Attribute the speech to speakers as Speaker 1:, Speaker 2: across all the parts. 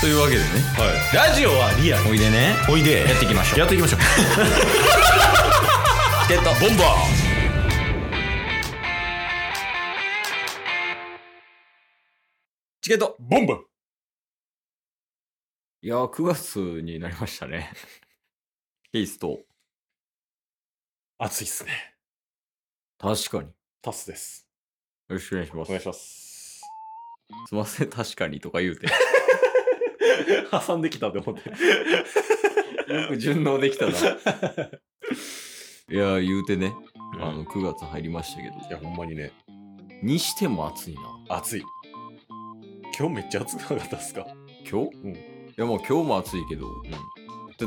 Speaker 1: というわけでね
Speaker 2: ラジオはリアル
Speaker 1: おいでね
Speaker 2: おいで
Speaker 1: やっていきましょう
Speaker 2: やってい きましょう
Speaker 1: チケットボンバーチケット
Speaker 2: ボンバー
Speaker 1: いやー9月になりました ねケイスト
Speaker 2: 暑いっすね
Speaker 1: 確かによ
Speaker 2: タスです
Speaker 1: ろしくお願いします
Speaker 2: お願いします
Speaker 1: すいません確かにとか言うて
Speaker 2: 挟んできたって思って
Speaker 1: よく 順応できたないやー言うてね、あ
Speaker 2: あ
Speaker 1: の
Speaker 2: の
Speaker 1: 9月入りましたけど
Speaker 2: いやほんまにね
Speaker 1: にしても暑いな
Speaker 2: 暑い今日めっちゃ暑くなかったっすか
Speaker 1: 今日、
Speaker 2: うん
Speaker 1: いやまあ今日も暑いけど、だって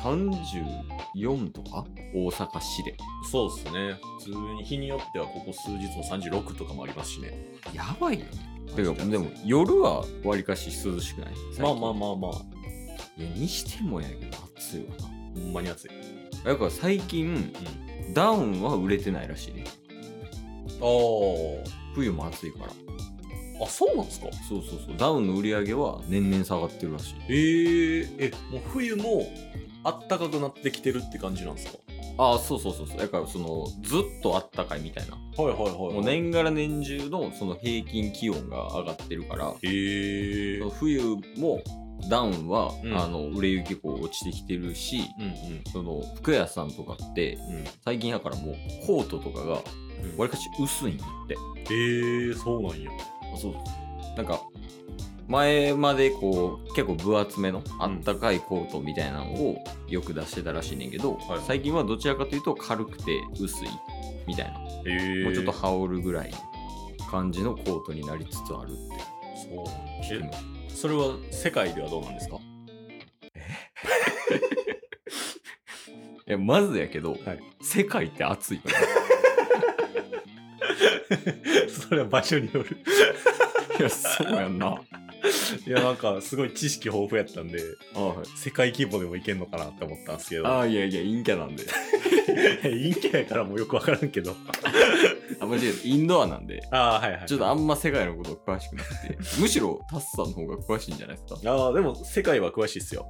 Speaker 1: 34とか大阪市で
Speaker 2: そうっすね普通に日によってはここ数日も36とかもありますしね
Speaker 1: やばいよねてかでも夜はわりかし涼しくない
Speaker 2: まあまあ
Speaker 1: あ
Speaker 2: まあまあ
Speaker 1: いやにしてもやけど暑いわ
Speaker 2: ほんまに暑い
Speaker 1: なだから最近、ダウンは売れてないらしいね
Speaker 2: あ
Speaker 1: 冬も暑いから
Speaker 2: ああそうなんすか
Speaker 1: そうそうそうダウンの売り上げは年々下がってるらしい
Speaker 2: えー、えもう冬もあったかくなってきてるって感じなんですか
Speaker 1: ああそうそうそうそうだからそのずっとあったかいみたいな
Speaker 2: はいはいはい、
Speaker 1: もう年がら年中のその平均気温が上がってるから
Speaker 2: へえ
Speaker 1: その冬もダウンは、
Speaker 2: うん
Speaker 1: あの売れ行きこう落ちてきてるし、
Speaker 2: うんうん
Speaker 1: その服屋さんとかって
Speaker 2: うん
Speaker 1: 最近やからもうコートとかがわりかし薄いんやって
Speaker 2: えー、そうなんや
Speaker 1: そうなんか前までこう結構分厚めのあったかいコートみたいなのをよく出してたらしいねんけど、
Speaker 2: はい
Speaker 1: 最近はどちらかというと軽くて薄いみたいな、
Speaker 2: えー、
Speaker 1: もうちょっと羽織るぐらい感じのコートになりつつあるって
Speaker 2: そ
Speaker 1: 聞
Speaker 2: う
Speaker 1: くの
Speaker 2: それは世界ではどうなんですか
Speaker 1: いやまずやけど、
Speaker 2: い
Speaker 1: 世界って暑 いから
Speaker 2: それは場所による
Speaker 1: いや、そうやんな。 はい
Speaker 2: やなんかすごい知識豊富やったんで
Speaker 1: い。
Speaker 2: 世界規模でもいけんのかなって思ったんですけど
Speaker 1: ああ、いやいや、陰キャなんで。
Speaker 2: 陰キャやからもうよくわからんけど
Speaker 1: あ、間違えた。インドアなんで。
Speaker 2: ああはいはい
Speaker 1: ちょっとあんま世界のこと詳しくなくて。むしろ、タスさんの方が詳しいんじゃないですか。
Speaker 2: ああでも世界は詳しいっすよ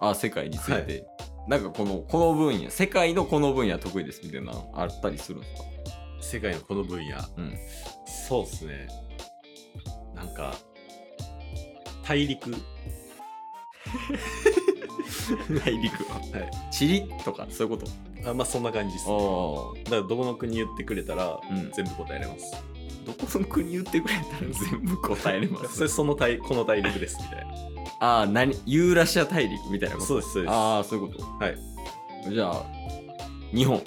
Speaker 1: ああ、世界について。なんかこの、この分野、世界のこの分野得意ですみたいなのあったりするんですか
Speaker 2: 世界のこの分野、
Speaker 1: うん
Speaker 2: そうっすねなんか大陸
Speaker 1: 大陸は。
Speaker 2: はい
Speaker 1: チリとか、そういうこと。
Speaker 2: あまあそんな感じっすだか
Speaker 1: あ
Speaker 2: らどこの国言ってくれたら、
Speaker 1: うん
Speaker 2: 全部答えれます
Speaker 1: あ。どこの国言ってくれたら全部答えれま
Speaker 2: それ
Speaker 1: す。
Speaker 2: その大この大陸ですみたい な
Speaker 1: ああ、何ユーラシア大陸みたいなこと。
Speaker 2: そうですそうです
Speaker 1: ああ、そういうこと。
Speaker 2: は。
Speaker 1: じゃあ、日本。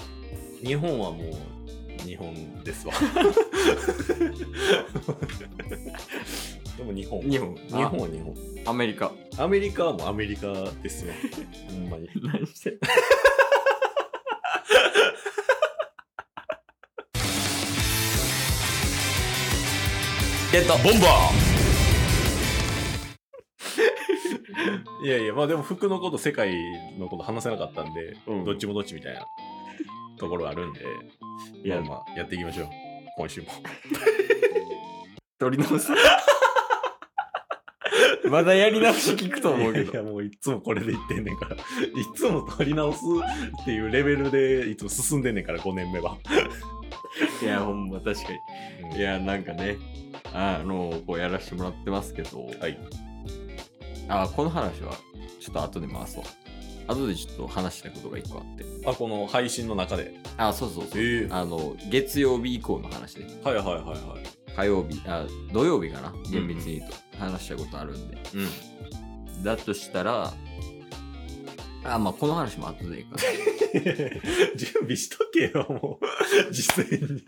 Speaker 2: 日本はもう日本ですわ でも日本
Speaker 1: 日本。
Speaker 2: 日本は日本
Speaker 1: アメリカ。
Speaker 2: アメリカはもうアメリカです よほんまに
Speaker 1: 何してんゲットボンバ
Speaker 2: いやいやまあでも服のこと世界のこと話せなかったんで、
Speaker 1: うん
Speaker 2: どっちもどっちみたいなところあるんで
Speaker 1: いや
Speaker 2: まあまあやっていきましょう今週も
Speaker 1: ー取り直す まだやり直し聞くと思うけ
Speaker 2: いや
Speaker 1: ど
Speaker 2: いやもういつもこれで言ってんねんから いつも取り直すっていうレベルでいつも進んでんねんから5年目は、
Speaker 1: いやほんま確かにい
Speaker 2: いや
Speaker 1: やなんかねあのこうやらしてもらってますけど
Speaker 2: はい
Speaker 1: あこの話はちょっと後で回そう後でちょっと話したいことが一個あって
Speaker 2: あこの配信の中で
Speaker 1: あそうそうそう
Speaker 2: え
Speaker 1: あの月曜日以降の話ね
Speaker 2: はいはいはいはい
Speaker 1: 火曜日あ土曜日かな厳密に言うと話したことあるんで、
Speaker 2: うん
Speaker 1: だとしたらあまあこの話も後でいいか
Speaker 2: 準備しとけよ、もう。 事前に。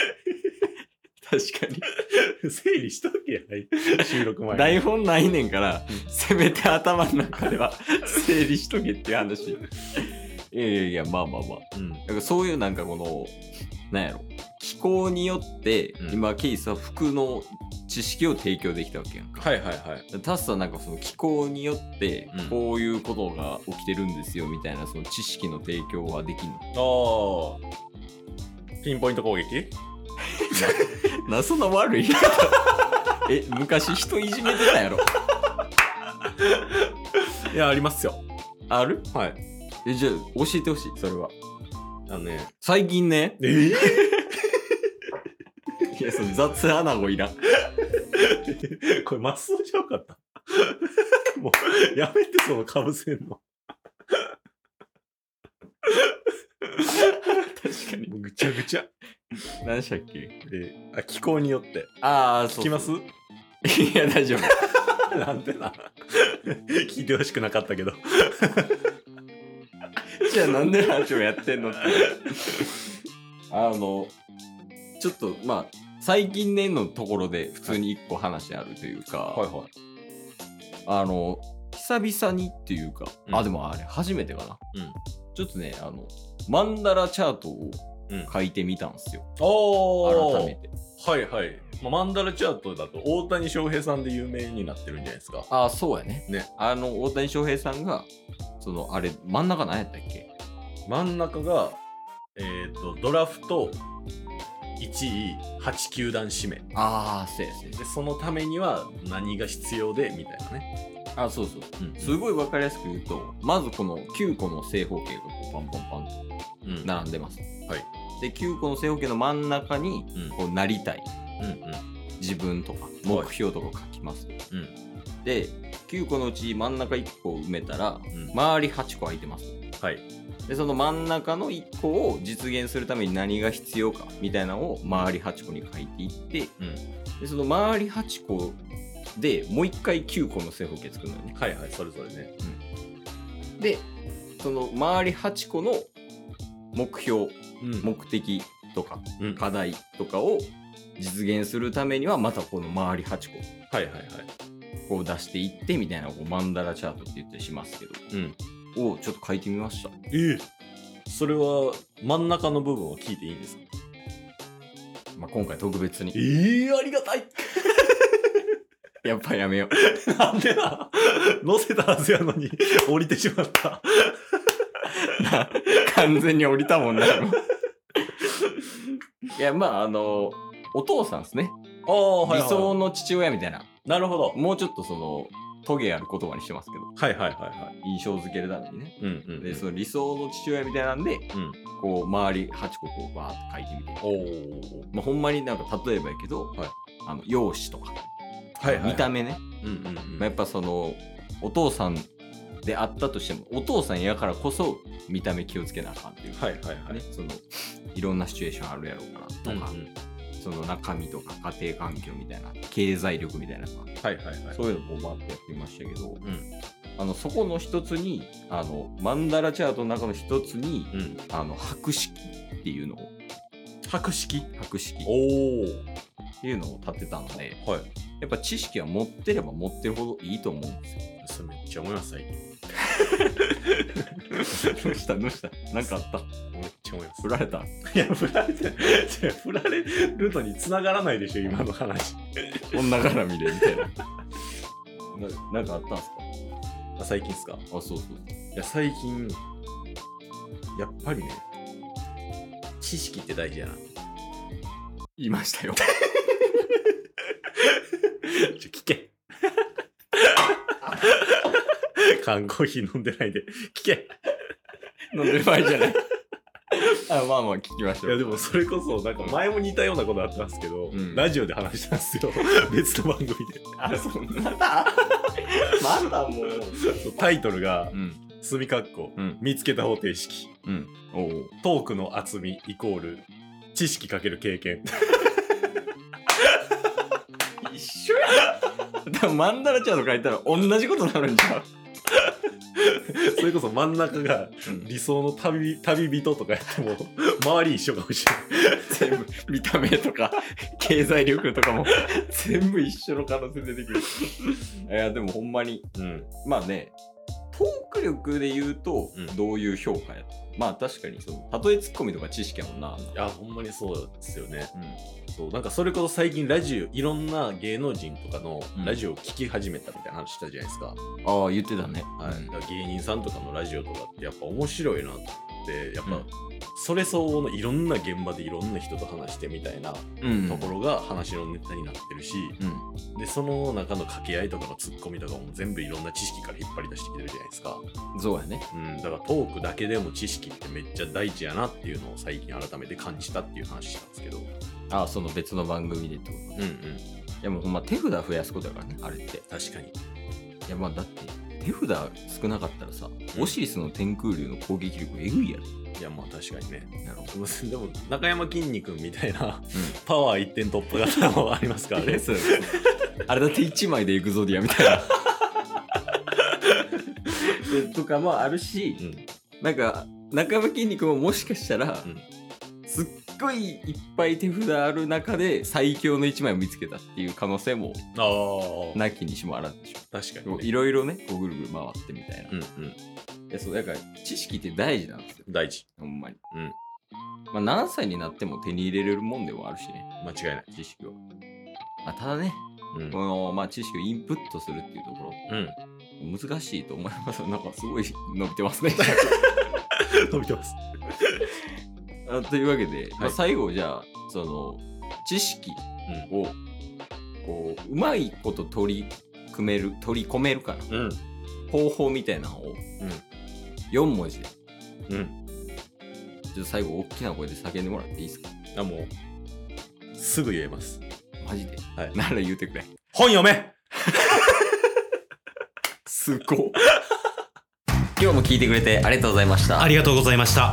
Speaker 1: 確かに
Speaker 2: 整理しとけよ、はい収録前に。
Speaker 1: 台本ないねんから、せめて頭の中では 整理しとけっていう話いやいやいやまあまあまあ
Speaker 2: うん。
Speaker 1: だからそういうなんかこのなんやろ気候によって、
Speaker 2: うん
Speaker 1: 今ケイスは服の知識を提供できたわけやんか
Speaker 2: はいはいはい。
Speaker 1: タスはなんかその気候によって
Speaker 2: うん
Speaker 1: こういうことが起きてるんですよみたいなその知識の提供はできんの
Speaker 2: ああ。ピンポイント攻撃
Speaker 1: なそんな悪いえ昔人いじめてたやろ
Speaker 2: いや、ありますよ。
Speaker 1: ある
Speaker 2: はい。
Speaker 1: えじゃあ教えてほしいそれは
Speaker 2: あのね。
Speaker 1: 最近ね
Speaker 2: えー、
Speaker 1: いやその雑アナゴいらん
Speaker 2: これ、マスオじゃよかった。もう、やめて、そのかぶせんの。
Speaker 1: 確かに
Speaker 2: もうぐちゃぐちゃ。
Speaker 1: 何でしたっけ
Speaker 2: えーあ気候によって。
Speaker 1: ああそ
Speaker 2: 聞
Speaker 1: う
Speaker 2: きます
Speaker 1: そう いや大丈夫
Speaker 2: なんてな。聞いてほしくなかったけど。
Speaker 1: じゃあなんでラジオやってんのってあのちょっとまあ最近ねのところで普通に一個話あるというか、
Speaker 2: はい。
Speaker 1: あの久々にっていうか、
Speaker 2: うん
Speaker 1: あでもあれ初めてかな、
Speaker 2: うん
Speaker 1: ちょっとねあのマンダラチャートを
Speaker 2: うん
Speaker 1: 書いてみたんですよ、
Speaker 2: お
Speaker 1: 改めて
Speaker 2: はいはい、まあ、マンダラチャートだと大谷翔平さんで有名になってるんじゃないですか
Speaker 1: ああそうやね
Speaker 2: ね
Speaker 1: あの大谷翔平さんがそのあれ真ん中何やったっけ
Speaker 2: 真ん中がえっ、とドラフト1位8球団指名
Speaker 1: ああそうやそうや
Speaker 2: でそのためには何が必要でみたいなね、
Speaker 1: あそうそう
Speaker 2: うん
Speaker 1: すごい分かりやすく言うとまずこの9個の正方形がこうパンパンパンと
Speaker 2: うんうん
Speaker 1: 並んでます、
Speaker 2: はい
Speaker 1: で9個の正方形の真ん中に
Speaker 2: うん
Speaker 1: こうなりたい
Speaker 2: うん
Speaker 1: 自分とか目標とか書きます、
Speaker 2: うん
Speaker 1: で9個のうち真ん中1個を埋めたら
Speaker 2: うん
Speaker 1: 周り8個空いてます
Speaker 2: はい
Speaker 1: でその真ん中の1個を実現するために何が必要かみたいなのを周り8個に書いていって
Speaker 2: うん
Speaker 1: でその周り8個でもう1回9個の正方形作るのよね
Speaker 2: はいはいそれぞれね
Speaker 1: でその周り8個の目標
Speaker 2: うん
Speaker 1: 目的とか
Speaker 2: うんは
Speaker 1: 課題とかを実現するためにはまたこの周り8個
Speaker 2: いはいはい
Speaker 1: こう出していってみたいなこうマンダラチャートって言ったりしますけど
Speaker 2: うん
Speaker 1: をちょっと書いてみました
Speaker 2: えそれは真ん中の部分を聞いていいんですか
Speaker 1: まあ、今回特別に。
Speaker 2: ええありがたい
Speaker 1: やっぱやめよう。
Speaker 2: なんでな 乗せたはずやのに 降りてしまった
Speaker 1: 完全に降りたもんな。今いや、まあ、あの、お父さんですね。
Speaker 2: ああ、はい、は
Speaker 1: 理
Speaker 2: い。
Speaker 1: 想の父親みたいな。
Speaker 2: なるほど。
Speaker 1: もうちょっとその、トゲある言葉にしてますけど、
Speaker 2: はいはいはいは
Speaker 1: 印象付けるためにね。
Speaker 2: い。うんうん
Speaker 1: で、その理想の父親みたいなんで、
Speaker 2: うん
Speaker 1: こう、周り8個こう、バーって書いてみて。
Speaker 2: おお。
Speaker 1: まあ、ほんまになんか例えばやけど、
Speaker 2: はい
Speaker 1: あの容姿とか、
Speaker 2: はいはい。
Speaker 1: 見た目ね、
Speaker 2: うんうんうん。
Speaker 1: まあ、やっぱそのお父さんであったとしてもお父さんやからこそ見た目気をつけなあかんっていう
Speaker 2: はいはいはい。
Speaker 1: ね、そのいろんなシチュエーションあるやろうからとか、
Speaker 2: うんうん
Speaker 1: その中身とか家庭環境みたいな経済力みたいなのが
Speaker 2: はいはいはい。
Speaker 1: そういうのもバーってやってみましたけど、
Speaker 2: ん
Speaker 1: あのそこの一つにあのマンダラチャートの中の一つに、
Speaker 2: うん。
Speaker 1: あの白式っていうのを
Speaker 2: 博識
Speaker 1: 白式っ
Speaker 2: お
Speaker 1: ていうのを立てたので
Speaker 2: お。はい。
Speaker 1: やっぱ知識は持ってれば持ってるほどいいと思うんですよ。
Speaker 2: それめっちゃ思います、最近。
Speaker 1: どうしたどうしたなんかあった
Speaker 2: めっちゃ思います
Speaker 1: 振。られた
Speaker 2: いや、振られてない違う振られるのに繋がらないでしょ、今の話。
Speaker 1: 女絡みでみたいな。ななんかあったんす
Speaker 2: あ最近っすか
Speaker 1: かあ、そうそう。
Speaker 2: いや、最近、やっぱりね、知識って大事やな。
Speaker 1: 言いましたよ。
Speaker 2: ちょ、聞け。 缶コーヒー飲んでないで、聞け。
Speaker 1: 飲んでる場合じゃない。 あ、まあまあ聞きまし
Speaker 2: い
Speaker 1: ょ
Speaker 2: や、
Speaker 1: う。
Speaker 2: でもそれこそ、なんか前も似たようなことあったんですけど、
Speaker 1: うん
Speaker 2: ラジオで話したんです よ。別の番組で。
Speaker 1: あ、そんな。まだもう。
Speaker 2: そうタイトルが
Speaker 1: う、ん。
Speaker 2: 墨かっこ、
Speaker 1: うん。
Speaker 2: 見つけた方程式、
Speaker 1: うん。おお。
Speaker 2: トークの厚みイコール、知識かける経 験。
Speaker 1: 一緒や でもマンダラチャート書いたら同じことになるんちゃう
Speaker 2: それこそ真ん中が理想の旅旅人とかやっても、周り一緒かもしれない。
Speaker 1: 全部見た目と か経済力とかも全部一緒の可能性出てくるいやでもほんまに
Speaker 2: うん。
Speaker 1: まあね、トーク力で言うと
Speaker 2: うん、
Speaker 1: どういう評価や、まあ確かにその、たとえツッコミとか知識やもんな。
Speaker 2: いや、ほんまにそうですよね。
Speaker 1: うん、
Speaker 2: そうなんかそれこそ最近ラジオいろんな芸能人とかの
Speaker 1: うん
Speaker 2: ラジオを聞き始めたみたいな話したじゃないですか,、
Speaker 1: ああ、言ってたね。
Speaker 2: はい、だから芸人さんとかのラジオとかってやっぱ面白いなとってやっぱ、
Speaker 1: うん
Speaker 2: それ相応のいろんな現場でいろんな人と話してみたいな
Speaker 1: うん
Speaker 2: ところが話のネタになってるし、
Speaker 1: うん
Speaker 2: でその中の掛け合いとかのツッコミとかも全部いろんな知識から引っ張り出してきてるじゃないですか、
Speaker 1: そうやね
Speaker 2: うん、だからトークだけでも知識ってめっちゃ大事やなっていうのを最近改めて感じたっていう話なんですけどうん
Speaker 1: ああその別の番組でってこと
Speaker 2: うん
Speaker 1: いやもうほんま手札増やすことやからねあれって
Speaker 2: 確かに
Speaker 1: いやまあだって手札少なかったらさ、オシリスの天空竜の攻撃力えぐいやろ
Speaker 2: いやまあ確かにね
Speaker 1: やろ
Speaker 2: でも中山きんに君みたいなパワー一点突破型もありますから
Speaker 1: あれ
Speaker 2: ね
Speaker 1: そうそうあれだって1枚でエグゾディアみたい なえとかもあるし
Speaker 2: うん
Speaker 1: なんか中山きんに君ももしかしたら、すっごいいっぱい手札ある中で最強の1枚を見つけたっていう可能性も
Speaker 2: ああ
Speaker 1: なきにしもあらずでし
Speaker 2: 確かに、
Speaker 1: ょ
Speaker 2: ね、
Speaker 1: いろいろねこうぐるぐる回ってみたいな、
Speaker 2: う
Speaker 1: い
Speaker 2: んうん
Speaker 1: やそうだから知識って大事なんですよ
Speaker 2: 大事
Speaker 1: ほんまに
Speaker 2: うん
Speaker 1: まあ何歳になっても手に入れれるもんではあるしね
Speaker 2: 間違いない、
Speaker 1: 知識を、まあ、ただね
Speaker 2: うん
Speaker 1: この、まあ、知識をインプットするっていうところ
Speaker 2: うん、
Speaker 1: 難しいと思います。 なんかすごい伸びてます ね。
Speaker 2: 伸びてます
Speaker 1: あというわけで、ま
Speaker 2: は
Speaker 1: あ、
Speaker 2: い
Speaker 1: 最後じゃあその知識をこううまいこと取り組める取り込めるかな
Speaker 2: うん
Speaker 1: 方法みたいなのを
Speaker 2: うん
Speaker 1: 4文字でち
Speaker 2: うん
Speaker 1: ょっと最後大きな声で叫んでもらっていいですか
Speaker 2: あもうすぐ言えます
Speaker 1: マジで、
Speaker 2: はい
Speaker 1: なら言うてくれ
Speaker 2: 本読め
Speaker 1: すご 今日も聞いてくれてありがとうございました
Speaker 3: ありがとうございました。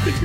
Speaker 3: す